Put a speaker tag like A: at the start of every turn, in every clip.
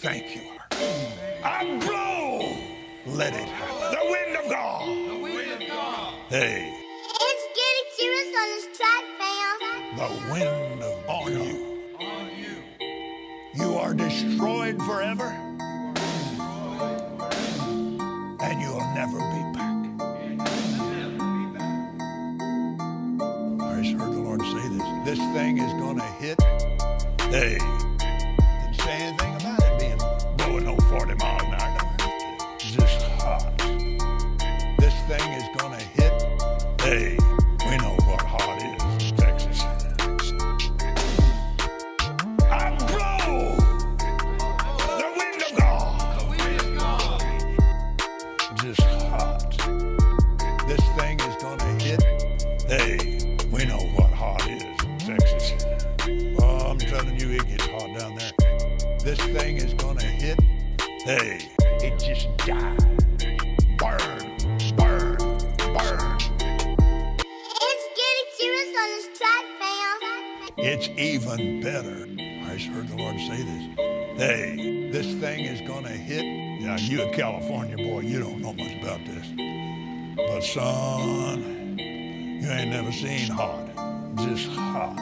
A: Thank you. I blow. Let it happen. The wind of God. Hey. It's getting serious on this track, fam. The wind of on you. You are destroyed forever, and you'll never be back. I just heard the Lord say this. This thing is gonna hit. Hey. Didn't say anything about it being blowing over 40 miles an hour. Just hot. This thing is gonna hit. Hey, we know what hot is, Texas. I blow the wind of God. Just hot. This thing is gonna hit. Hey, we know what hot is, Texas. Oh, I'm telling you, it gets hot down there. This thing is gonna hit. Hey, it just dies. Burn, burn, burn. It's getting serious on this track, fam. It's even better. I just heard the Lord say this. Hey, this thing is gonna hit. Now you a California boy, you don't know much about this. But son, you ain't never seen hot. Just hot.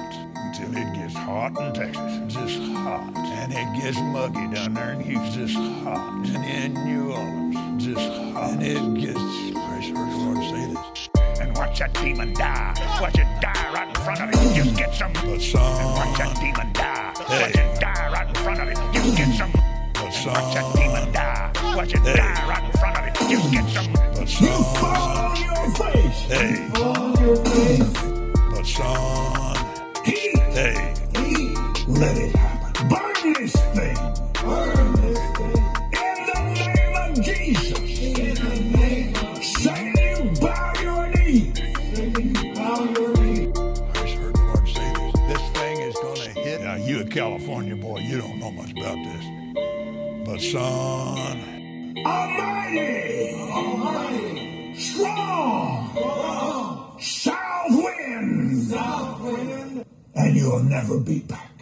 A: Until it gets hot in Texas. Just hot. And it gets muggy down there in Houston. Just hot. And in New Orleans. Just hot. And it gets I just heard the Lord say this. And watch that demon die. Watch it die right in front of it. You get some. The sun. And watch that demon die. Watch it die right in front of it. You get some. The sun. And watch that demon die. Watch it hey. die right in front of it. You get some. The sun. You fall on your face. Hey. You fall on your face. The sun. Heat. Hey. Heat. Let it happen. Burn this thing. Burn this thing. In the name of Jesus. In the name of Say you bow your knee. I just heard the Lord say this. This thing is gonna hit. Now you a California boy, you don't know much about this. But son. Almighty! Almighty! Strong! Strong. South wind! South wind! And you'll never be back.